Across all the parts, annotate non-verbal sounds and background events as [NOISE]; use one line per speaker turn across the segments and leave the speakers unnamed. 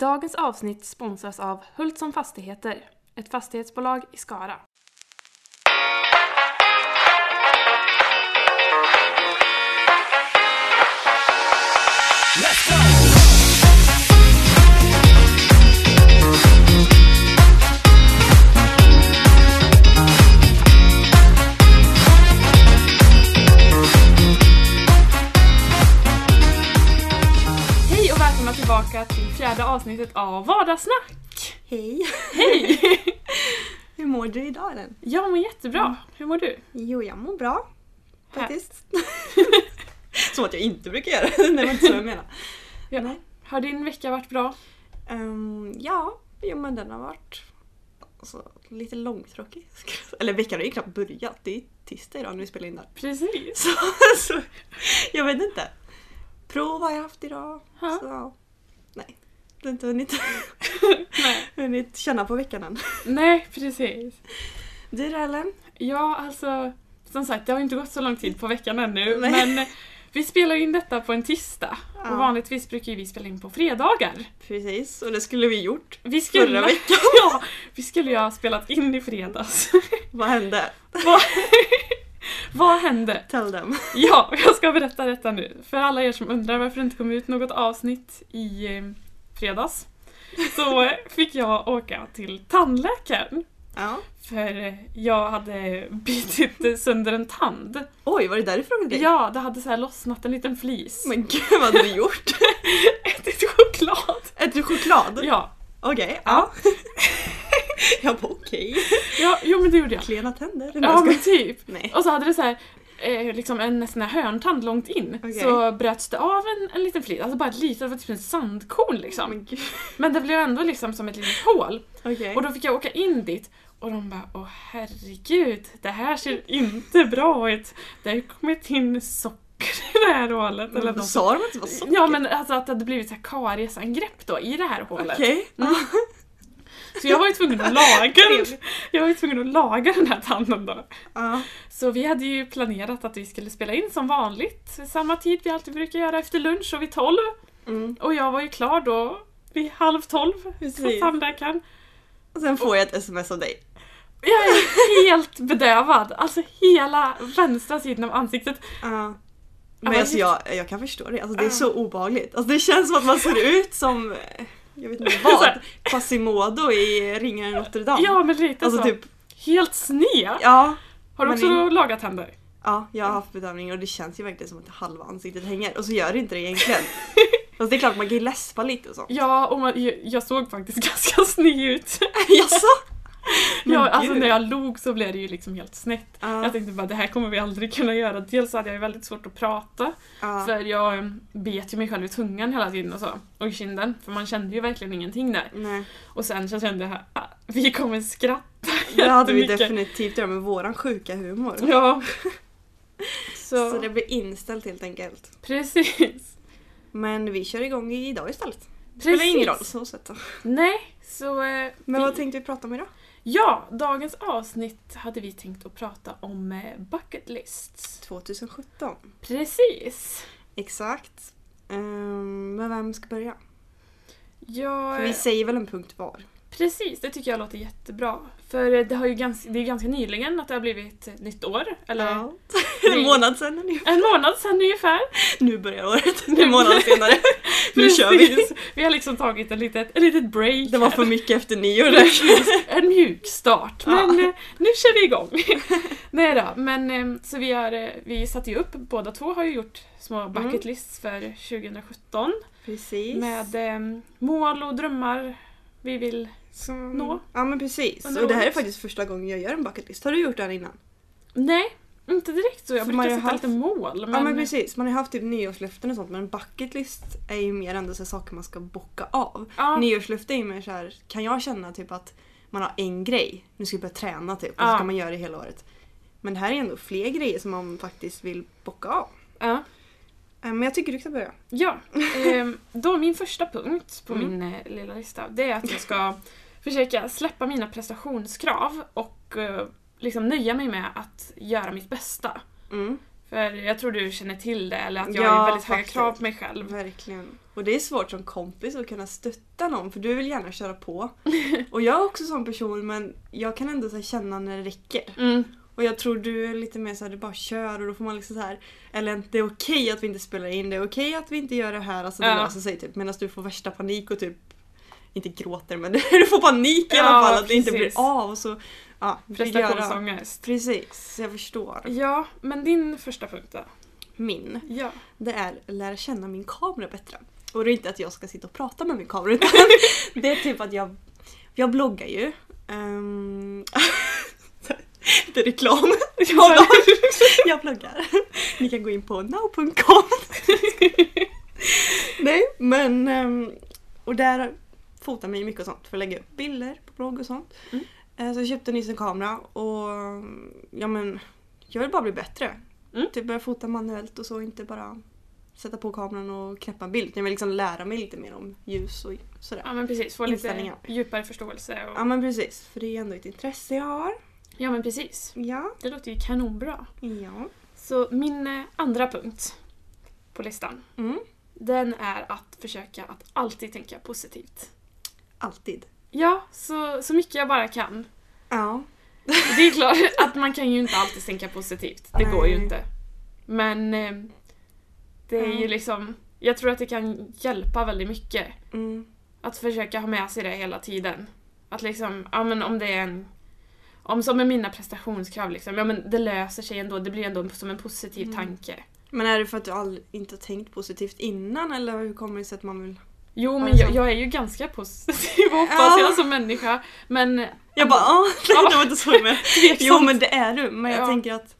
Dagens avsnitt sponsras av Hultsson Fastigheter, ett fastighetsbolag i Skara. Hej och välkomna tillbaka till fjärde avsnittet av Vardagssnack!
Hej! [LAUGHS]
Hej!
Hur mår du idag Ellen?
[LAUGHS] Jag mår jättebra. Hur mår du?
Jo, jag mår bra. Faktiskt. [LAUGHS] Som att jag inte brukar göra [LAUGHS] det. Nej, det var inte så jag menar.
Ja.
Nej.
Har din vecka varit bra?
Ehm, ja, jo men den har varit alltså, lite långtråkig. skulle jag säga. Eller veckan har ju knappt börjat. Det är tisdag idag när vi spelar in det här. [LAUGHS]
Precis.
Så, så jag vet inte. Prov har jag haft idag.
Ja.
Så, ja. nej, det har inte hunnit, [LAUGHS]
Nej.
hunnit känna på veckan än.
Nej, precis.
Du då Ellen?
Ja, alltså som sagt, det har inte gått så lång tid på veckan [LAUGHS] ännu
Nej.
men vi spelar in detta på en tisdag
Ja.
och vanligtvis brukar ju vi spela in på fredagar.
Precis, och det skulle vi gjort
Vi skulle,
förra veckan.
[LAUGHS] Ja, vi skulle ju ha spelat in i fredags.
Vad hände?
Vad, [LAUGHS] vad hände?
Tell them.
Ja, jag ska berätta detta nu. För alla er som undrar varför det inte kom ut något avsnitt i eh, fredags
[LAUGHS]
så eh, fick jag åka till tandläkaren.
Ja.
För eh, jag hade bitit eh, sönder en tand.
Oj, var det därifrån det
Ja, det hade så här lossnat en liten flis. [LAUGHS]
Men gud, vad hade du gjort?
Ätit choklad!
Äter du choklad?
Ja,
Okej, ja. jag bara okej.
ja, jo men det gjorde jag.
[LAUGHS] Klena tänder. Nej,
Ja
jag
men typ.
ska- Nej.
[LAUGHS] Och så hade det så här, eh, liksom en sån här hörntand långt in.
Okej.
Så bröts det av en, en liten flis, alltså bara ett litet, det var typ en sandkorn liksom.
Men gud.
Men det blev ändå liksom som ett litet hål.
Mm. Okej.
Och då fick jag åka in dit och de bara åh herregud, det här ser inte bra ut. Det har ju kommit in socker i det här hålet. Eller
Men
något.
Sa de att det var Mm, socker?
Ja men alltså att det hade blivit så här kariesangrepp då i det här hålet.
Okej. Mm.
Så jag var ju tvungen att
[LAUGHS]
laga den. Jag var ju tvungen att laga den här tanden då.
Ja.
Så vi hade ju planerat att vi skulle spela in som vanligt, samma tid vi alltid brukar göra efter lunch och vid tolv.
Mm.
Och jag var ju klar då vid halv tolv på
Precis.
tandläkaren.
Och sen får jag ett sms av dig.
Jag är helt bedövad, alltså hela vänstra sidan av ansiktet.
Ja.
Ja,
Men alltså jag, jag kan förstå det, alltså, det är så obehagligt. Alltså, det känns som att man ser ut som, eh, jag vet inte
[LAUGHS] Så
vad,
här.
Quasimodo i Ringaren i Notre Dame.
Ja men lite
alltså
så.
typ,
Helt sned.
ja.
Har du
men
också
in-
lagat tänder?
Ja, jag har haft bedövning och det känns ju verkligen som att halva ansiktet hänger och så gör det inte
[LAUGHS]
det egentligen. Fast det är klart man kan ju läspa lite och så.
Ja, och man, jag- jag såg faktiskt [LAUGHS] ganska sned ut.
Jaså? Men
Ja, alltså
gud.
när jag log så blev det ju liksom helt snett.
Ja,
Jag tänkte bara det här kommer vi aldrig kunna göra. Dels så hade jag ju väldigt svårt att prata
ja.
för jag eh, bet ju mig själv i tungan hela tiden och så. Och i kinden för man kände ju verkligen ingenting där. [LAUGHS]
Nej,
Och sen så kände jag ah, vi kommer skratta
[LAUGHS] det hade vi
jättemycket.
definitivt att göra med våran sjuka
[LAUGHS]
humor. [LAUGHS]
Ja. Så,
Så det blir inställt helt enkelt.
precis.
Men vi kör igång idag istället. Det spelar ingen roll så sett. då.
Nej, så... eh,
Men
vi-
vad tänkte vi prata om idag?
Ja, dagens avsnitt hade vi tänkt att prata om eh, bucket lists.
2017.
Precis.
Exakt. Ehm, men vem ska börja?
Jag...
För vi säger väl en punkt var?
eh, Precis, det tycker jag låter jättebra. För eh, det, har ju ganska, det är ganska nyligen att det har blivit ett nytt år. Eller
Ja. [LAUGHS] En månad sen är det ju.
en månad sedan ungefär.
Nu börjar året,
[LAUGHS]
en månad senare. Nu kör vi.
Precis. Vi har liksom tagit en litet, en litet break.
Det var för mycket efter nyår
[LAUGHS]
där.
En mjuk start.
Ja.
Men eh, nu kör vi igång. [LAUGHS] Nej då, men eh, så vi har, eh, vi satte ju upp, båda två har ju gjort små
Mm.
bucket lists för 2017.
Precis.
Med eh, mål och drömmar vi vill.
Som...
nå.
Ja men precis.
Under
Och det här är
året.
faktiskt första gången jag gör en bucket list. Har du gjort den innan?
Nej, inte direkt så. Jag
För man
brukar
har
sätta
haft-
lite mål.
Ja men precis. Man har ju haft typ nyårslöften och sånt men en bucket list är ju mer ändå så här saker man ska bocka av.
Ja.
Nyårslöften är ju mer så här, kan jag känna typ att man har en grej, nu ska jag börja träna typ och
Ja.
så kan man göra det hela året. Men det här är ändå fler grejer som man faktiskt vill bocka av.
ja.
Eh, Men jag tycker du ska börja. [LAUGHS]
Ja, ehm, då min första punkt på
Mm.
min eh, lilla lista det är att jag ska [LAUGHS] försöka släppa mina prestationskrav och eh, liksom nöja mig med att göra mitt bästa.
Mm.
För jag tror du känner till det, eller att jag
Ja,
har ju väldigt höga
faktiskt.
krav på mig själv.
Verkligen. Och det är svårt som kompis att kunna stötta någon för du vill gärna
[LAUGHS]
köra på. Och jag är också sån person men jag kan ändå så här känna när det räcker.
Mm.
Och jag tror du är lite mer såhär, du bara kör och då får man liksom så här. Eller det är okej att vi inte spelar in, det är okej att vi inte gör det här, alltså det
Ja.
löser sig typ. Medan du får värsta panik och typ, inte gråter men [LAUGHS] du får panik i alla
Ja,
fall att det inte blir
precis.
av och så, ja. vill göra.
Prestationsångest.
Precis, jag förstår.
Ja, men din första punkt då?
Min,
Ja.
det är lära känna min kamera bättre. Och det är inte att jag ska sitta och prata med min kamera utan det är typ att jag, jag bloggar ju. Um, [LAUGHS] det är reklam. Ja, då. Jag bloggar. Ni kan gå in på now.com. Nej, men... ehm, Och där fotar mig mycket och sånt för att lägga upp bilder på blogg och sånt.
Mm.
Eh, Så jag köpte nyss en kamera och mm, ja men jag vill bara bli bättre.
Mm.
Typ börja fota manuellt och så inte bara sätta på kameran och knäppa en bild. Jag vill liksom lära mig lite mer om ljus och sådär.
ja, men precis. Få lite
Inställningar.
djupare förståelse.
Ja
Och...
men precis, för det är ändå ett intresse jag har.
Ja, men precis.
Ja.
Det låter ju kanonbra.
Ja.
Så min eh, andra punkt på listan,
Mm.
den är att försöka att alltid tänka positivt.
Alltid.
Ja, så, så mycket jag bara kan.
Ja.
Det är [LAUGHS] klart att man kan ju inte alltid tänka positivt. Det går ju
Nej.
inte. Men eh, det är ju
Mm.
liksom... Jag tror att det kan hjälpa väldigt mycket.
Mm.
Att försöka ha med sig det hela tiden. Att liksom, ja men om det är en... Om som med mina prestationskrav liksom, ja men det löser sig ändå, det blir ändå som en positiv
Mm.
tanke.
Men är det för att du aldrig, inte har tänkt positivt innan eller hur kommer det sig att man vill...
Jo men
det
jag,
sant?
jag är ju ganska positiv [LAUGHS] hoppas
Ja.
jag som människa. Men
Jag bara ah, [LAUGHS] nej, det var inte så men... Jo
tveksamt.
men det är du, men jag
Ja.
tänker att...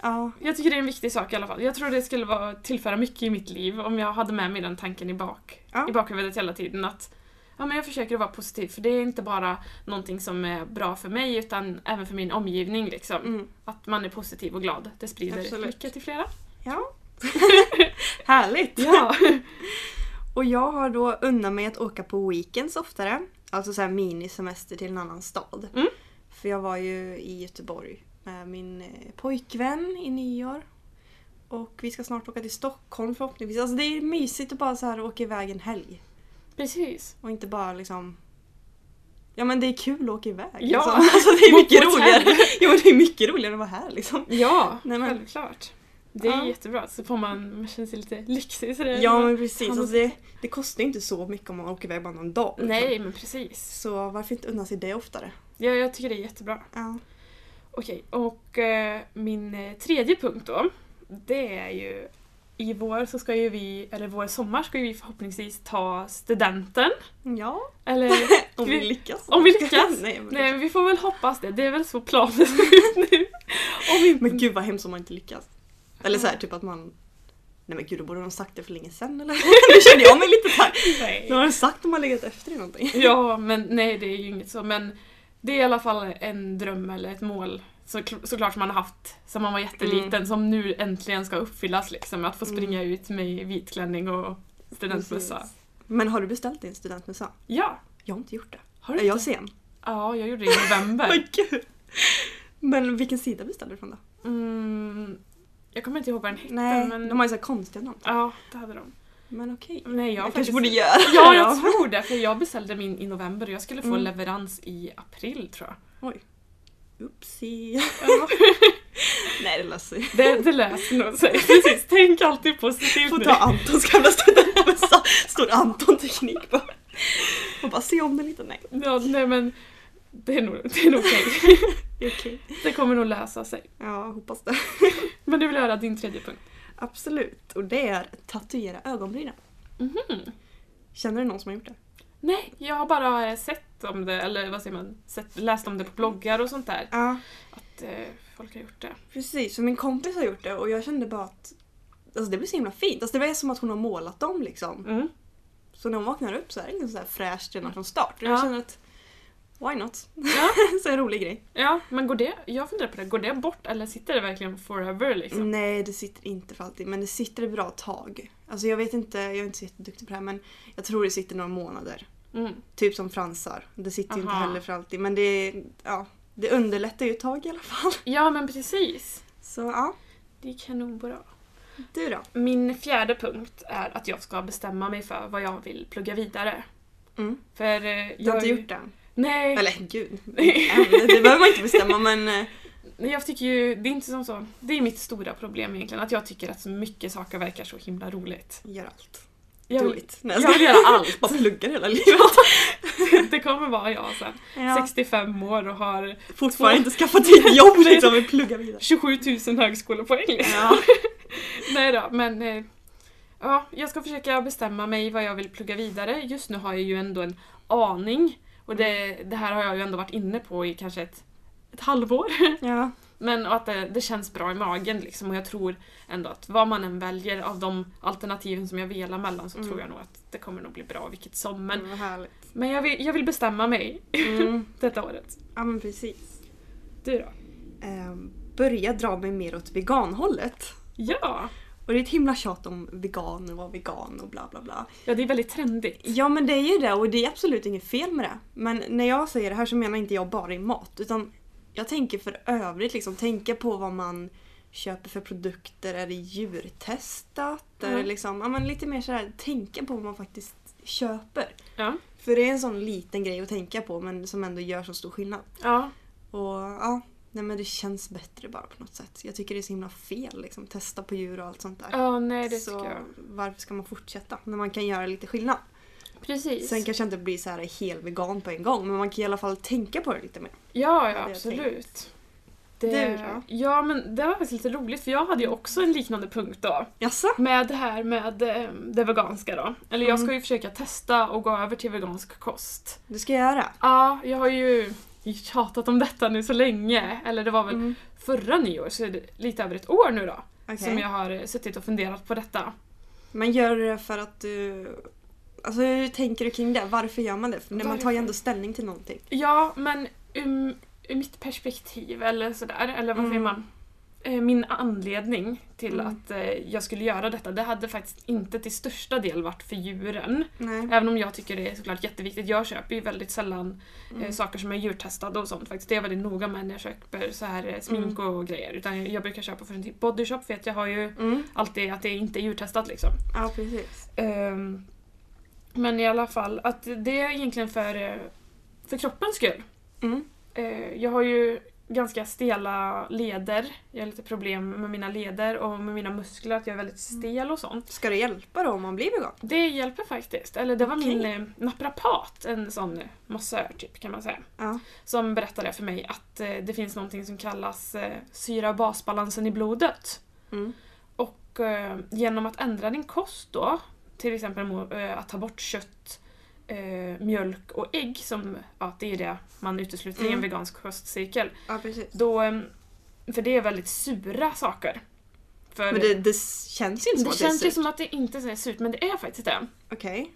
Ja.
Jag tycker det är en viktig sak i alla fall. Jag tror det skulle vara, tillföra mycket i mitt liv om jag hade med mig den tanken i, bak,
Ja.
i bakhuvudet hela tiden. Att ja, men jag försöker vara positiv för det är inte bara någonting som är bra för mig utan även för min omgivning. Liksom.
Mm.
Att man är positiv och glad. Det sprider
Absolut.
lycka till flera.
[LAUGHS] ja. Härligt!
Ja.
Och jag har då unnat mig att åka på weekends oftare. Alltså så här minisemester till en annan stad.
Mm.
För jag var ju i Göteborg med min eh, pojkvän i nyår. Och vi ska snart åka till Stockholm förhoppningsvis. Alltså det är mysigt att bara så här åka iväg en helg.
[LAUGHS] Precis.
Och inte bara liksom... Ja men det är kul att åka iväg.
Ja.
Liksom. [LAUGHS] Alltså, det är
Bo
mycket
på hotell.
roligare. [LAUGHS] Jo men det är mycket roligare att vara här liksom.
Ja,
Nej, men-
självklart. Det är
Ja.
jättebra. Så får man, man känner sig lite lyxig. sådär.
Ja men precis.
Han-
Alltså, det, det kostar ju inte så mycket om man åker iväg bara någon dag. liksom.
Nej, men precis.
Så varför inte unna sig det oftare?
Ja, jag tycker det är jättebra.
Ja.
Okej, och eh, min eh, tredje punkt då, det är ju i vår så ska ju vi, eller vår sommar ska ju vi förhoppningsvis ta studenten.
[LAUGHS] Ja.
Eller
Om vi
vi-
lyckas.
om vi lyckas.
[LAUGHS] Nej, men,
nej, men vi får väl hoppas det. Det är väl så planen ser ut
[LAUGHS]
nu. Om inte...
men gud vad hemskt om man inte lyckas. Eller så här, typ att man... Nej men gud, då borde de sagt det för länge
[LAUGHS]
sedan eller? nu kände jag mig lite såhär.
nej.
Nu har de sagt om man legat efter i någonting.
Ja, men nej det är ju inget så. Men det är i alla fall en dröm eller ett mål så, såklart som man har haft sedan man var jätteliten
Mm.
som nu äntligen ska uppfyllas liksom. Att få springa ut med vitklänning och studentmössa.
Precis. Men har du beställt din studentmössa?
Ja,
Jag har inte gjort det.
har du
är jag sen?
Ja, jag gjorde det i
[LAUGHS]
november.
Men gud. Men vilken sida beställde du från då?
Mm, jag kommer inte ihåg vad den hette
Nej,
men...
de har ju så här konstiga namn.
Ja, det hade de.
Men okej.
Nej, jag,
Jag
faktiskt...
kanske borde göra
[LAUGHS] Ja,
det
jag
då.
tror det. För jag beställde min i november och jag skulle få
Mm.
leverans i april tror jag.
Oopsie. [LAUGHS] Nej, det löser sig.
Det, det löser nog sig. Precis, tänk alltid positivt
Får
nu.
ta Antons gamla studentmössa. Står Anton Teknik på. Och bara se om den lite. Nej,
Ja, nej men det är nog, det är nog okej.
det är okej.
Det kommer nog lösa sig.
Ja, hoppas det.
Men du vill höra din tredje punkt?
Absolut. Och det är tatuera ögonbrynen.
Mhm.
Känner du någon som har gjort det?
Nej, jag har bara eh, sett om det, eller vad säger man, sett, läst om det på bloggar och sånt där.
Ja,
Att eh, folk har gjort det.
precis. För min kompis har gjort det och jag kände bara att Alltså det blir så himla fint. Alltså det var som att hon har målat dem liksom.
Mm.
Så när hon vaknar upp så är det liksom så här fräscht redan från start. Och
Ja.
jag känner att why not?
Ja.
[LAUGHS] så en rolig grej.
Ja, men går det, jag funderar på det, går det bort eller sitter det verkligen forever liksom?
Nej, det sitter inte för alltid. Men det sitter ett bra tag. Alltså jag vet inte, jag är inte så jätteduktig på det här men jag tror det sitter några månader.
Mm.
Typ som fransar. Det sitter ju inte
Aha.
heller för alltid men det, ja, det underlättar ju ett tag i alla fall.
Ja men precis,
[LAUGHS] Så ja.
det är kanonbra.
Du då?
Min fjärde punkt är att jag ska bestämma mig för vad jag vill plugga vidare.
Mm.
För eh,
Du
jag...
har inte gjort det? än.
Nej,
Eller gud, än. det behöver man inte bestämma men eh,
Nej, jag tycker ju, det är inte som så. Det är mitt stora problem egentligen, att jag tycker att så mycket saker verkar så himla roligt.
gör allt.
Jag,
Do
vill-
it. Nej,
jag vill göra allt.
Bara pluggar hela
[LAUGHS]
livet.
Det kommer vara jag sen.
Ja.
65 år och har
Fortfarande inte skaffat
[LAUGHS]
ett jobb liksom, men plugga vidare.
27 000 högskolepoäng.
Ja.
Nej då, men eh, ja, jag ska försöka bestämma mig vad jag vill plugga vidare. Just nu har jag ju ändå en aning och det, det här har jag ju ändå varit inne på i kanske ett, ett halvår. [LAUGHS]
ja.
Men och att det, det känns bra i magen liksom och jag tror ändå att vad man än väljer av de alternativen som jag velar mellan så
Mm.
tror jag nog att det kommer nog bli bra vilket som. Men,
Men vad härligt.
men jag, vill, jag vill bestämma mig [LAUGHS]
Mm.
detta året.
Ja men precis.
Du då?
Ehm, börja dra mig mer åt veganhållet.
Ja!
Och det är ett himla tjat om vegan och vara vegan och bla bla bla.
Ja, det är väldigt trendigt.
Ja men det är ju det och det är absolut inget fel med det. Men när jag säger det här så menar inte jag bara i mat utan jag tänker för övrigt liksom tänka på vad man köper för produkter. Är det djurtestat? Är det
Mm.
liksom, ja men lite mer sådär tänka på vad man faktiskt köper.
Ja.
För det är en sån liten grej att tänka på men som ändå gör så stor skillnad.
ja.
Och ja, nej men det känns bättre bara på något sätt. Jag tycker det är så himla fel liksom, testa på djur och allt sånt där.
Ja, nej det
så
tycker jag.
varför ska man fortsätta när man kan göra lite skillnad?
Precis.
Sen kanske inte bli så här helt vegan på en gång men man kan i alla fall tänka på det lite mer.
Ja,
hade
ja
jag
absolut.
Du då? Mm.
Ja, men det var faktiskt lite roligt för jag hade ju också en liknande punkt då.
Jaså?
Med det här med eh, det veganska då. Eller jag
Mm.
ska ju försöka testa och gå över till vegansk kost.
Du ska göra?
Ja, jag har ju tjatat om detta nu så länge. Eller det var väl
Mm.
förra nyår, så är det lite över ett år nu då.
Okej.
Som jag har eh, suttit och funderat på detta.
Men gör du det för att du... Alltså hur tänker du kring det? Varför gör man det? För man tar ju
Varför?
ändå ställning till någonting.
Ja, men ur, ur mitt perspektiv eller sådär, eller vad säger
Mm.
man? Eh, Min anledning till
Mm.
att eh, jag skulle göra detta, det hade faktiskt inte till största del varit för djuren.
Nej.
Även om jag tycker det är såklart jätteviktigt. Jag köper ju väldigt sällan eh,
Mm.
saker som är djurtestade och sånt faktiskt. Det är jag väldigt noga med när jag köper så här eh, smink och grejer. Utan jag brukar köpa från typ bodyshop för att jag har ju
Mm.
alltid att det inte är djurtestat liksom.
Ja precis.
Ehm, men i alla fall, att det är egentligen för, eh, för kroppens skull.
Mm.
Eh, jag har ju ganska stela leder. Jag har lite problem med mina leder och med mina muskler, att jag är väldigt
Mm.
stel och sånt.
Ska det hjälpa då om man blir vegan?
Det hjälper faktiskt. Eller det var
Okej.
min eh, naprapat, en sån massör typ kan man säga,
Ja.
som berättade för mig att eh, det finns någonting som kallas eh, syra-basbalansen i blodet.
Mm.
Och eh, genom att ändra din kost då, till exempel mo- eh, att ta bort kött, eh, mjölk och ägg, som ja, det är det man utesluter i en
Mm.
vegansk kostcirkel,
Ja precis.
då, em, för det är väldigt sura saker. För
Men det, det känns ju inte
det
som att
känns
det är
ju
surt.
som att det inte är surt, men det är faktiskt det.
Okej.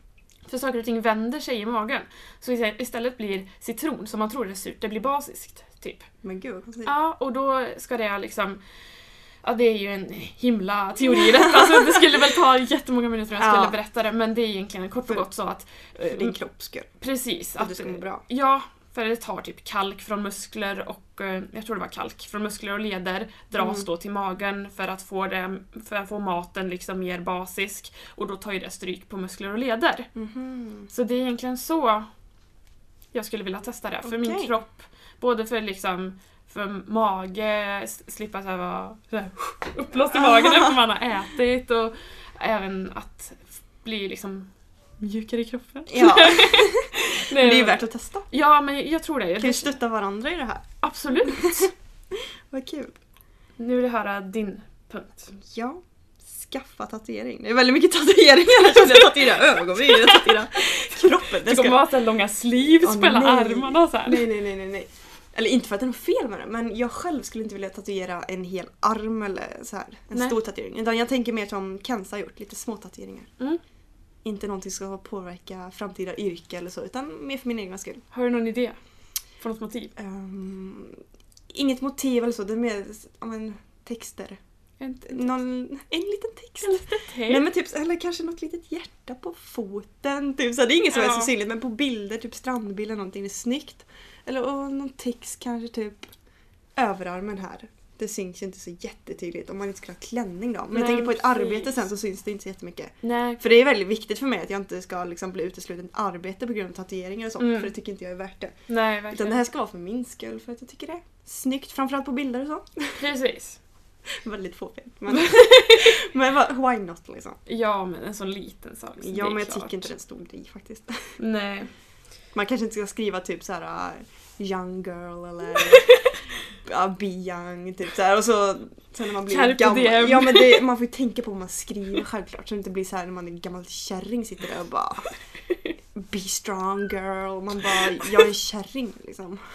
För saker och ting vänder sig i magen. Så istä- istället blir citron, som man tror är surt, det blir basiskt. Typ.
Men gud vad konstigt.
Ja, och då ska det liksom... Ja, det är ju en himla teori i detta. Alltså, det skulle väl ta jättemånga minuter om jag
Ja.
skulle berätta det, men det är egentligen kort och
För-
gott så att... ehm,
För din kropps skull.
Precis.
För att du ska må bra.
Ja, för det tar typ kalk från muskler och, eh, jag tror det var kalk, från muskler och leder dras
Mm.
då till magen för att, få det, för att få maten liksom mer basisk och då tar ju det stryk på muskler och leder.
Mhm.
Så det är egentligen så jag skulle vilja testa det. För min
Okej.
kropp, både för liksom för mage, s- slippa så här vara så här uppblåst i magen efter man har ätit och även att f- bli liksom mjukare i kroppen.
Ja,
[LAUGHS] Nej, [LAUGHS]
men det är ju värt att testa.
Ja, men jag tror det.
Vi kan ju
Jag,
stötta varandra i det här.
absolut.
Vad kul.
[LAUGHS] Nu vill jag höra din punkt.
Ja. Skaffa tatuering. Det är väldigt mycket tatueringar.
[LAUGHS]
Jag trodde jag tatuerade ögonbrynen, jag tatuerade kroppen.
Det
Det
kommer
ska...
vara så här långa sleeves
Åh,
på hela
nej.
armarna och så här.
Nej, nej, nej, nej, nej. Eller inte för att det är något fel med det, men jag själv skulle inte vilja tatuera en hel arm eller så här. En
Nej.
stor tatuering. Utan jag tänker mer som Kenza har gjort, lite små tatueringar.
Mm.
Inte någonting som ska påverka framtida yrke eller så, utan mer för min egna skull.
Har du någon idé? För något motiv?
Ehm, inget motiv eller så, det är mer ja, men, texter.
En, en,
Någon, en liten text.
en liten
Nej,
tape?
men typ, eller kanske något litet hjärta på foten. Typ. Så det är inget som är
Ja.
så synligt men på bilder, typ strandbild eller någonting, det är snyggt. Eller och någon text kanske typ överarmen här. Det syns ju inte så jättetydligt om man inte skulle ha klänning då. Men
Nej,
jag tänker på ett
precis.
arbete sen så syns det inte så jättemycket.
Nej.
För det är väldigt viktigt för mig att jag inte ska liksom bli utesluten från arbete på grund av tatueringar och sånt.
Mm.
För det tycker inte jag är värt det.
Nej,
Utan
verkligen.
det här ska vara för min skull för att jag tycker det är snyggt. Framförallt på bilder och så.
Precis.
Väldigt fåfängt.
[LAUGHS]
Men, men vad- why not liksom.
Ja, men en sån liten sak. så Alltså, det
Ja
är
men jag
klart.
tycker inte det är en stor grej faktiskt. [LAUGHS]
Nej.
Man kanske inte ska skriva typ så här uh, young girl
[LAUGHS]
eller ja, be young typ så här och så sen när man blir
Carpe
gammal.
diem.
Ja
[LAUGHS]
men det, man får ju tänka på vad man skriver självklart så det inte blir så här när man är gammal kärring sitter där och bara Be strong girl, man bara jag är en kärring liksom. [LAUGHS]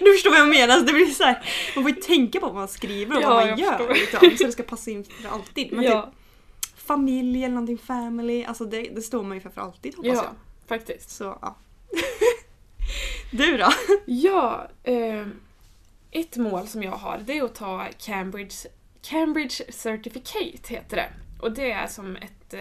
Du förstår vad jag menar, så det blir så här, man får ju tänka på vad man skriver och
Ja,
vad
jag
man gör
förstår.
liksom, så det ska passa in för alltid. Men
ja,
typ familj eller någonting family, alltså det, det står man ju för för alltid hoppas jag.
ja, faktiskt.
Så ja. [LAUGHS] Du då?
Ja, eh, ett mål som jag har det är att ta Cambridge, Cambridge Certificate heter det. Och det är som ett, eh,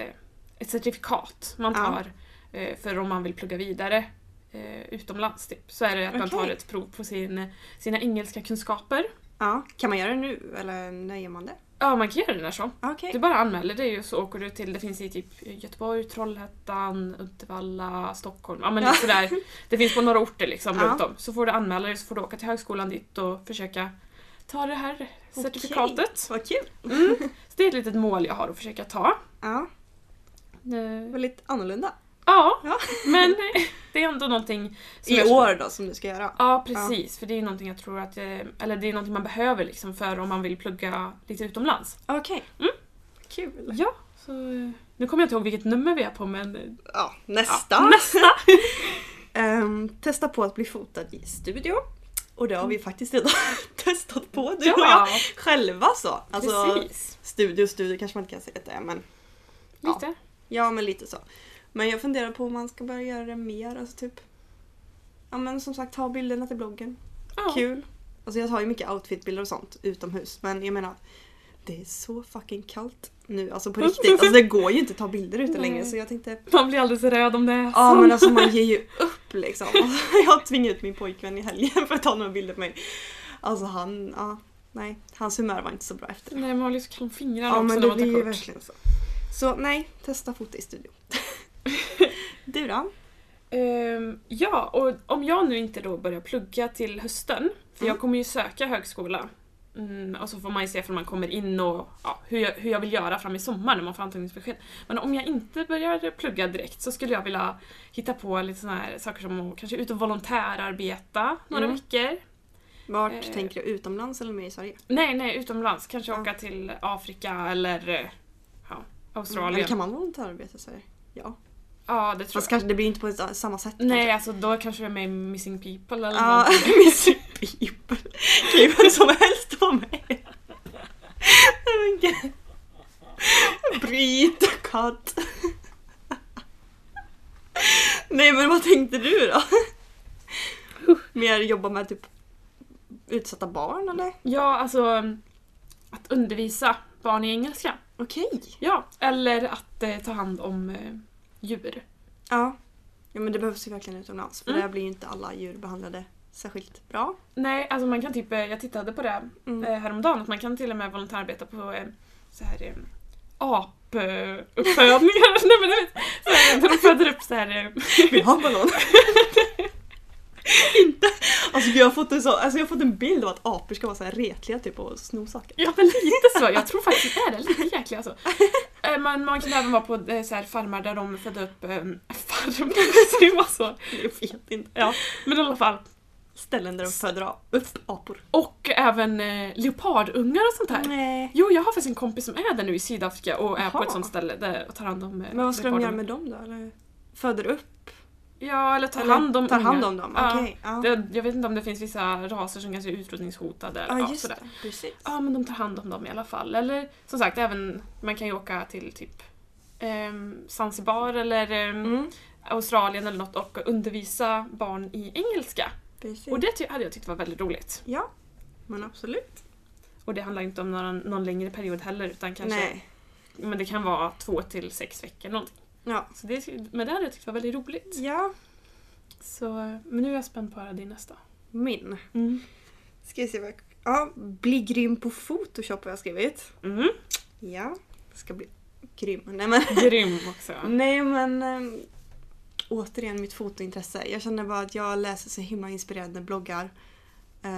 ett certifikat man
Ja.
tar eh, för om man vill plugga vidare eh, utomlands. Typ. Så är det att man tar
Okej.
ett prov på sin, sina engelska kunskaper.
Ja, kan man göra det nu eller nöjer man det?
Ja, man kan göra det när som.
Okej.
Du bara anmäler dig och så åker du till, det finns i typ Göteborg, Trollhättan, Uddevalla, Stockholm. Ja men lite sådär. Det finns på några orter liksom
Ja.
runt om. Så får du anmäla dig så får du åka till högskolan dit och försöka ta det här certifikatet.
Vad kul!
Mm. Så det är ett litet mål jag har att försöka ta.
Ja,
Eh,
väldigt annorlunda.
Ja,
Ja.
men [LAUGHS] det är ändå någonting som
I
jag-
år då som du ska göra.
Ja precis, för det är ju någonting jag tror att, eh, eller det är någonting man behöver liksom för om man vill plugga lite utomlands.
Okej.
Mm.
Kul!
Ja, så eh, nu kommer jag inte ihåg vilket nummer vi är på men eh,
Ja,
ja,
nästa! [LAUGHS]
nästa!
Ehm, testa på att bli fotad i studio. Och det har vi faktiskt redan [LAUGHS] testat på du och
Ja,
jag själva så. Alltså,
precis.
studio, studio kanske man inte kan säga att det är men ja.
Lite.
Ja, men lite så. Men jag funderar på om man ska börja göra det mer. Alltså typ... Ja men som sagt, ta bilderna till bloggen.
Ja.
Kul. Alltså jag tar ju mycket outfitbilder och sånt utomhus. Men jag menar, det är så fucking kallt nu. Alltså på riktigt. Alltså det går ju inte att ta bilder ute
Nej.
längre. Så jag tänkte,
Man blir alldeles röd om näsan.
ja men alltså man ger ju upp liksom. [LAUGHS] Alltså, jag tvingade ut min pojkvän i helgen för att ta några bilder på mig. Alltså han, ja. Nej, hans humör var inte så bra efter det.
Nej, man blir så kall om fingrarna
Ja
också
men
när
det
man tar
blir ju
kort.
verkligen så. Så nej, testa fota
[LAUGHS]
i studio. du då?
Ehm, ja, och om jag nu inte då börjar plugga till hösten, för
Mm.
jag kommer ju söka högskola, mm, och så får man ju se om man kommer in och ja, hur, jag, hur jag vill göra fram i sommar när man får antagningsbesked. Men om jag inte börjar plugga direkt så skulle jag vilja hitta på lite såna här saker som att kanske ut och volontärarbeta några
Mm.
veckor.
Vart
Eh.
tänker du? Utomlands eller mer i Sverige?
Nej, nej, utomlands. Kanske
Ja.
åka till Afrika eller eh, ja, Australien.
Eller kan man volontärarbeta i Sverige? Ja.
Ja, det tror
Fast
jag.
kanske, det blir inte på ett- äh, samma sätt.
Nej, alltså då kanske jag är med i Missing People eller
Ja, [LAUGHS]
någonting.
Missy People. Kan ju vem som helst vara med. Men gud. Bryt, cut. Nej men vad tänkte du då? Mer jobba med typ utsatta barn eller?
Ja, alltså att undervisa barn i engelska.
Okej.
Ja, eller att eh, ta hand om eh, djur.
Ja. ja men det behövs ju verkligen utomlands för
Mm.
där blir ju inte alla djur behandlade särskilt bra.
Nej, alltså man kan typ, eh, jag tittade på det
Mm.
eh, häromdagen, att man kan till och med volontärarbeta på eh, så här eh, apuppfödningar. [LAUGHS] Nej men du vet, så här, där de föder upp så här eh,
Vill ha en banan? [LAUGHS] inte? Alltså gud, jag har fått en sån, alltså jag har fått en bild av att apor ska vara så här retliga typ och sno saker.
Ja men lite så, jag tror faktiskt det är det, lite jäklig
[LAUGHS]
alltså. Eh, Man, man kan även vara på eh, så här, farmar där de födde upp eh, farmar, så [LAUGHS] det var så.
Jag vet inte.
Ja, men i alla fall.
Ställen där de föder a- upp apor.
Och även eh, leopardungar och sånt här.
Nej.
Jo, jag har faktiskt en kompis som är där nu i Sydafrika och är på
Mm. Jaha.
ett sånt ställe där och tar hand om eh,
Men vad ska de göra
leopardungar.
med dem då? Eller? Föder upp?
Ja, eller tar
eller
hand om
tar hand
ungar.
om dem?
Ja.
Okej. Ja.
Det, jag vet inte om det finns vissa raser som kanske är utrotningshotade eller
Ja,
ja,
just
sådär.
det. Precis.
Ja, men de tar hand om dem i alla fall. Eller som sagt, även, man kan ju åka till typ ehm, Zanzibar eller ehm,
Mm.
Australien eller något och undervisa barn i engelska.
Precis.
Och det ty- hade jag tyckt var väldigt roligt.
Ja. Men absolut.
Och det handlar inte om någon, någon längre period heller utan kanske,
Nej.
men det kan vara två till sex veckor någonting.
Ja.
Så det, men det hade jag tyckt var väldigt roligt.
Ja.
Så, men nu är jag spänd på att höra din nästa.
Mm. Min. Ska vi se vad jag Ja, bli grym på Photoshop har jag skrivit.
Mm.
Ja, ska bli grym. Nej men,
Grym också.
nej, men ehm, återigen mitt fotointresse. Jag känner bara att jag läser så himla inspirerande bloggar. Eh,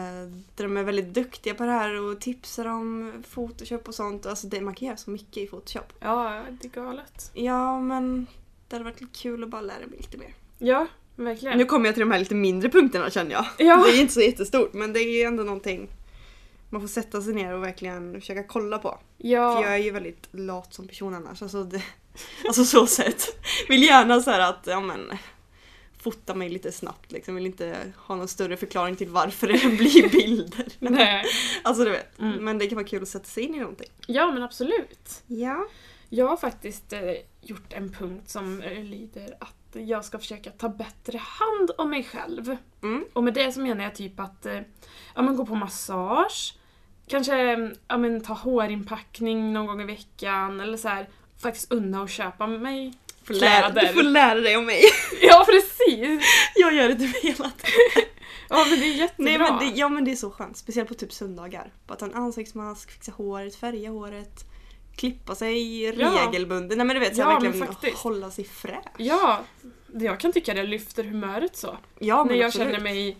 där de är väldigt duktiga på det här och tipsar om Photoshop och sånt. Alltså det, man kan göra så mycket i Photoshop.
Ja, det är galet.
Ja men det hade varit lite kul att bara lära mig lite mer.
Ja, verkligen.
Nu kommer jag till de här lite mindre punkterna känner jag.
Ja.
Det är inte så jättestort men det är ju ändå någonting man får sätta sig ner och verkligen försöka kolla på. För jag
Ja,
är ju väldigt lat som person annars. Alltså, det, [LAUGHS] alltså så sett. Vill gärna så här att, ja men fota mig lite snabbt liksom. Vill inte ha någon större förklaring till varför det [LAUGHS] blir bilder.
nej.
Alltså du vet.
Mm.
Men det kan vara kul att sätta sig in i någonting.
ja, men absolut.
Ja.
Jag har faktiskt eh, gjort en punkt som eh, lyder att jag ska försöka ta bättre hand om mig själv.
Mm.
Och med det så menar jag typ att eh, ja, men gå på massage, kanske eh, ja, men ta hårinpackning någon gång i veckan eller så här faktiskt unna och köpa mig. [LAUGHS]
Får lära,
Kläder.
du får lära dig om mig. [LAUGHS]
Ja precis!
Jag gör det typ hela tiden.
Ja men det är jättebra.
Nej, men det, ja men det är så skönt. Speciellt på typ söndagar. Bara ta en ansiktsmask, fixa håret, färga håret. Klippa sig regelbundet. Nej men du vet, så här,
Ja, men
verkligen
faktiskt.
hålla sig fräsch.
Ja, det- jag kan tycka det lyfter humöret så.
Ja,
när jag
absolut.
känner mig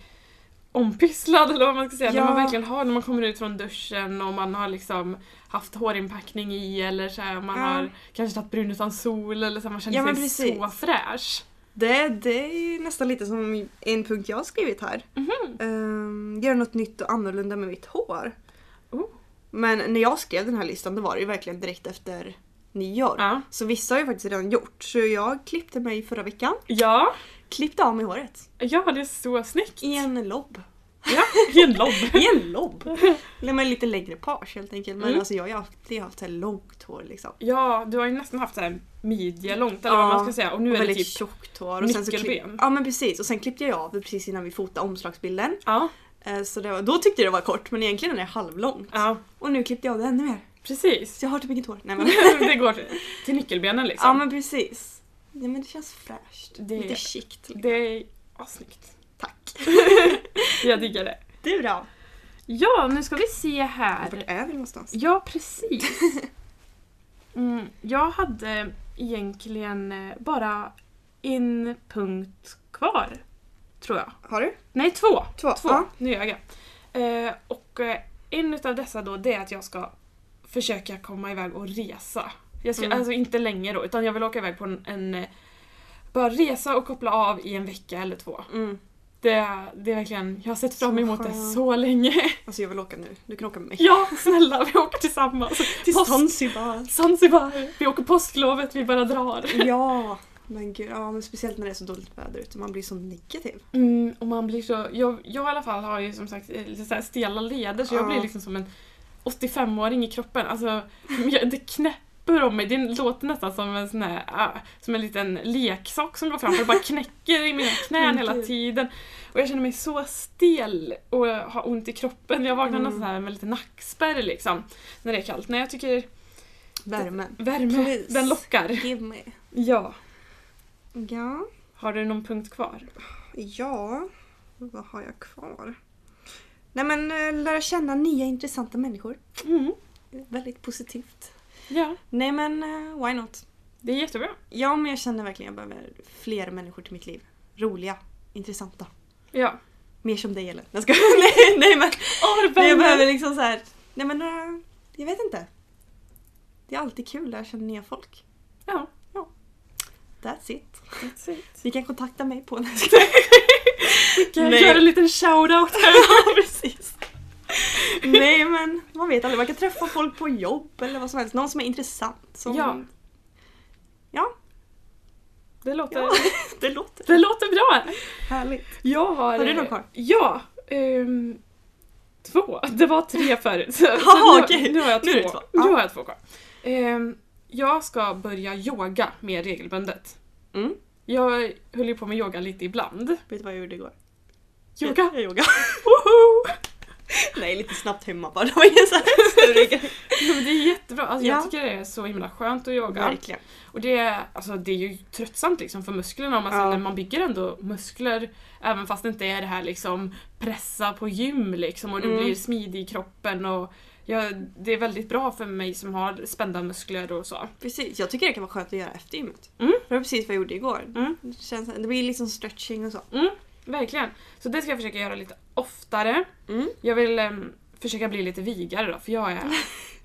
ompysslad eller vad man ska säga. När man
Ja.
verkligen har, när man kommer ut från duschen och man har liksom haft hårinpackning i eller så här, man
Ja.
har kanske tagit brun utan sol eller så här, man känner
Ja, men
sig
precis.
så fräsch.
Det, det är ju nästan lite som en punkt jag har skrivit här.
Mhm.
Ehm, gör något nytt och annorlunda med mitt hår.
Oh.
Men när jag skrev den här listan då var det ju verkligen direkt efter nyår.
Ja.
Så vissa har jag faktiskt redan gjort. Så jag klippte mig förra veckan.
Ja.
Klippte av mig håret.
ja, det är så snyggt.
I en lobb.
Ja, i en lobb. [LAUGHS]
I en lobb! Nej men lite längre page helt enkelt. Men
Mm.
alltså jag har ju alltid haft så här långt hår liksom.
Ja, du har ju nästan haft så här midjelångt eller vad
Ja,
man ska säga och nu
Och
är det
väldigt
typ...
tjockt hår. Och sen så klipp-
nyckelben.
Ja men precis. Och sen klippte jag av det precis innan vi fotade omslagsbilden.
Ja,
Eh, Så det var, då tyckte jag det var kort men egentligen är det halvlångt.
ja,
Och nu klippte jag av det ännu mer.
precis.
Så jag har typ inget hår. Nej [LAUGHS] men.
[LAUGHS] det går till, till nyckelbenen liksom.
ja men precis. Ja men det känns fräscht.
Det-
Lite chict.
Det är ja, snyggt.
Tack.
Jag diggar det.
Du då?
Ja, nu ska vi se här.
Vart är vi någonstans?
Ja, precis. [LAUGHS] Mm, jag hade egentligen eh, bara en punkt kvar, tror jag.
Har du?
Nej, två.
Två.
Två,
Ja.
nu gör jag det. Eh, och eh, en av dessa då, det är att jag ska försöka komma iväg och resa. Jag ska,
Mm.
Alltså inte länge då, utan jag vill åka iväg på en, en... eh, Bara resa och koppla av i en vecka eller två.
Mm.
Det, det är verkligen, jag har sett fram
Så
emot det
skönt.
så länge. [LAUGHS]
Alltså jag vill åka nu. Du kan åka med mig.
Ja, snälla vi åker tillsammans.
[LAUGHS] Till
Post-
Zanzibar.
Zanzibar. Vi åker påsklovet, vi bara drar.
Ja. Men gud, ja men speciellt när det är så dåligt väder ute. Man blir så negativ.
Mm, och man blir så, jag, jag i alla fall har ju som sagt eh, lite så här stela leder så jag
Ja.
blir liksom som en 85-åring i kroppen. Alltså, jag, det knäpper om mig. Det låter nästan som en sån här, ah, som en liten leksak som går framför och bara knäcker i mina knän
Men
hela
gud.
tiden. Och jag känner mig så stel och jag har ont i kroppen. Jag vaknar
Mm.
nästan så här med lite nackspärr liksom. När det är kallt. Nej jag tycker
Värmen.
värme,
Please.
den lockar.
Give me.
Ja.
Ja.
Har du någon punkt kvar?
Ja. Vad har jag kvar? Nej men eh, lära känna nya intressanta människor.
Mm.
Väldigt positivt.
Ja,
Nej men eh, why not?
det är jättebra.
Ja men jag känner verkligen att jag behöver fler människor till mitt liv. Roliga, intressanta.
Ja.
Mer som dig eller? Jag skojar. [LAUGHS] nej, nej men
Åh,
nej, jag
vänner.
behöver liksom så här. Nej men några, jag vet inte. Det är alltid kul att lära känna nya folk.
Ja.
That's it.
That's it.
Ni kan kontakta mig på
Kan jag
Nej.
göra en liten shout-out
[LAUGHS]
här? precis.
[LAUGHS] Nej men man vet aldrig, man kan träffa folk på jobb eller vad som helst. Någon som är intressant. Som...
Ja.
Ja,
Det låter,
ja. [LAUGHS] det låter
det låter bra.
härligt.
Jag har...
Har du någon kvar?
Ja. ehm, två. Det var
[LAUGHS]
tre förut. Så,
Jaha,
nu,
okej.
nu har jag
Nu är
två,
det två.
Nu
Ja.
har jag två kvar. Ehm, jag ska börja yoga mer regelbundet.
Mm.
Jag höll ju på med yoga lite ibland.
[LAUGHS] Vet du vad jag gjorde igår?
Yoga!
Jag yoga.
Woho!
Nej, lite snabbt hemma bara. [LAUGHS] Det var ingen så här större grej.
Ja, men det är jättebra. Alltså,
Ja.
Jag tycker det är så himla skönt att yoga.
Verkligen.
Och det, är- alltså, det är ju tröttsamt liksom för musklerna. Om man,
Ja.
sen, man bygger ändå muskler även fast det inte är det här liksom pressa på gym liksom och du
Mm.
blir smidig i kroppen. Och, ja, det är väldigt bra för mig som har spända muskler och så.
Precis, jag tycker det kan vara skönt att göra efter gymmet.
Mm.
Det var precis vad jag gjorde igår.
Mm.
Det, känns, det blir liksom stretching och så.
Verkligen. Så det ska jag försöka göra lite oftare.
Mm.
Jag vill em, försöka bli lite vigare då, för jag är...
[LAUGHS]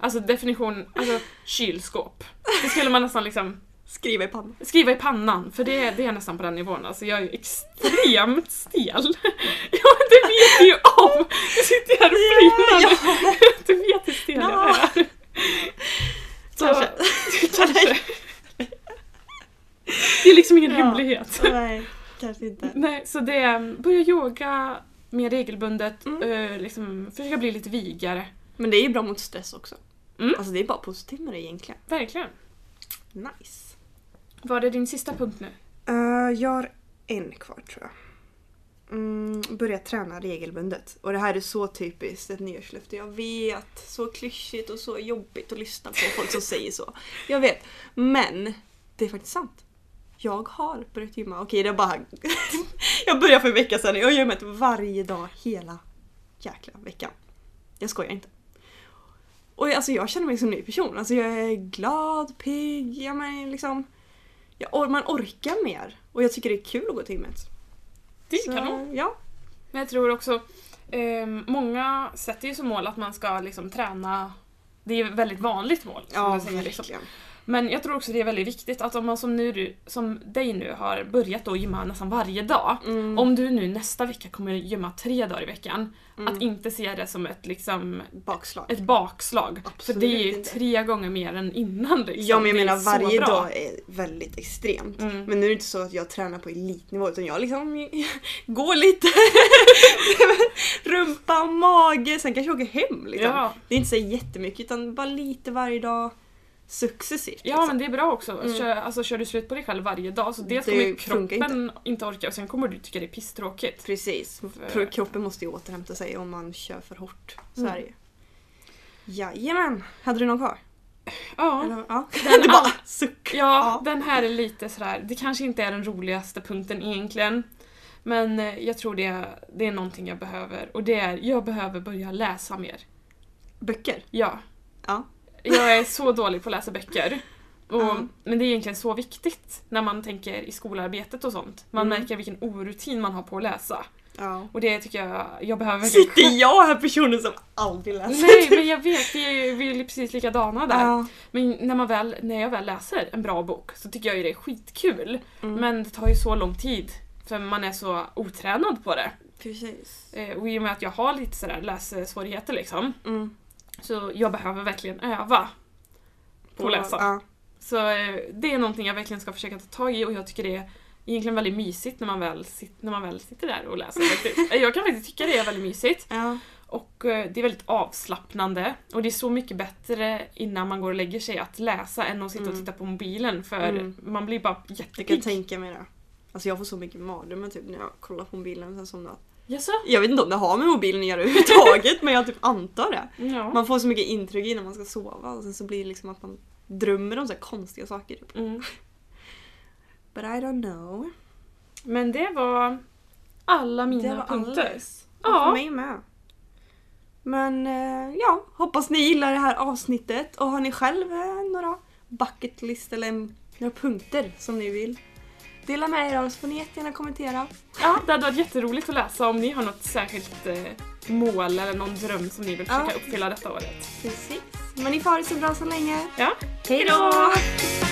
Alltså definition, alltså kylskåp. Det skulle man nästan liksom
Skriva i pannan.
skriva i pannan, för det, det är nästan på den nivån. Alltså jag är ju extremt stel. [LAUGHS] Ja, men det vet du ju om! Du sitter här och flinar nu. [LAUGHS] Du vet hur stel jag är. [LAUGHS] Så,
Kanske.
kanske. Det är liksom ingen
Ja.
hemlighet. [LAUGHS]
Nej, kanske inte.
Nej, så det är börja yoga mer regelbundet,
Mm.
eh, liksom, försöka bli lite vigare.
Men det är ju bra mot stress också.
Mm.
Alltså det är bara positivt med det egentligen.
Verkligen.
Nice.
Var det din sista punkt nu?
Eh, jag har en kvar tror jag. Mm, börja träna regelbundet. Och det här är så typiskt ett nyårslöfte. Jag vet. Så klyschigt och så jobbigt att lyssna på folk som säger så. Jag vet. Men det är faktiskt sant. Jag har börjat gymma. Okej, det är bara... [LAUGHS] jag började för en vecka sedan och jag har gymmat varje dag hela jäkla veckan. Jag skojar inte. Och jag, alltså, jag känner mig som en ny person. Alltså, jag är glad, pigg, jag men liksom... Jag, or- man orkar mer. Och jag tycker det är kul att gå till gymmet.
Det
Så,
är kanon.
Ja.
Men jag tror också, eh, många sätter ju som mål att man ska liksom träna det är ett väldigt vanligt mål. som
ja,
man säger, liksom.
verkligen.
Men jag tror också det är väldigt viktigt att om man som, nu, som dig nu har börjat då gymma nästan varje dag.
Mm.
Om du nu nästa vecka kommer gymma tre dagar i veckan.
Mm.
Att inte se det som ett, liksom,
Bakslag.
ett bakslag.
Absolut
för det är ju
inte.
tre gånger mer än innan. Liksom.
Ja, men jag
Det är
menar
så
varje
bra.
dag är väldigt extremt.
Mm.
Men nu är det inte så att jag tränar på elitnivå utan jag liksom [LAUGHS] går lite. [LAUGHS] Rumpa, mage, sen kanske jag åker hem liksom.
Ja.
Det är inte så jättemycket utan bara lite varje dag successivt.
Ja
liksom.
men det är bra också.
Mm.
Kör, alltså, kör du slut på dig själv varje dag så dels
Det
kommer kroppen
funkar Typ.
inte. orka och sen kommer du tycka det är pisstråkigt.
Precis.
För-
Kroppen måste ju återhämta sig om man kör för hårt. Så
Mm.
är det ju. Jajamän! Hade du någon kvar?
Ja.
Eller, ja.
Den,
[LAUGHS] Det bara suck.
ja, den här är lite sådär, det kanske inte är den roligaste punkten egentligen. Men eh, jag tror det, det är någonting jag behöver och det är, jag behöver börja läsa mer.
Böcker?
Ja.
Ja.
Jag är så dålig på att läsa böcker. Och,
Ja.
Men det är egentligen så viktigt när man tänker i skolarbetet och sånt. Man
Mm.
märker vilken orutin man har på att läsa.
Ja.
Och det tycker jag, jag behöver verkligen
Sitter jag här personen som aldrig [LAUGHS] läser?
Nej men jag vet, vi är, ju- vi är ju precis likadana där.
Ja.
Men när, man väl, när jag väl läser en bra bok så tycker jag ju det är skitkul.
Mm.
Men det tar ju så lång tid för man är så otränad på det.
Precis.
Eh, Och i och med att jag har lite sådär lässvårigheter liksom
Mm.
så jag behöver verkligen öva på att läsa.
Ja.
Så eh, det är någonting jag verkligen ska försöka ta tag i och jag tycker det är egentligen väldigt mysigt när man väl, sit, när man väl sitter där och läser faktiskt. Eh, jag kan faktiskt tycka det är väldigt mysigt.
ja.
Och eh, det är väldigt avslappnande och det är så mycket bättre innan man går och lägger sig att läsa än att sitta och
Mm.
titta på mobilen för
Mm.
man blir bara
Jag kan
jättepigg.
tänka mig det. Alltså jag får så mycket mardrömmar typ när jag kollar på mobilen och sen somnar jag.
Jaså?
Jag vet inte om det har med mobilen att göra [LAUGHS] överhuvudtaget men jag typ antar det.
Ja.
Man får så mycket intryck innan man ska sova och sen så blir det liksom att man drömmer om så här konstiga saker. Typ.
Mm.
But I don't know.
Men det var alla mina
det var
punkter.
alldeles.
Ja.
Ja. För mig med. Men eh, ja, hoppas ni gillar det här avsnittet och har ni själv eh, några bucket list eller en- några punkter som ni vill dela med er av så får ni jättegärna kommentera.
Ja, det hade varit jätteroligt att läsa om ni har något särskilt eh, mål eller någon dröm som ni vill
Ja.
försöka uppfylla detta året.
Precis. Men ni får ha det så bra så länge.
Ja,
Hej
då!
då!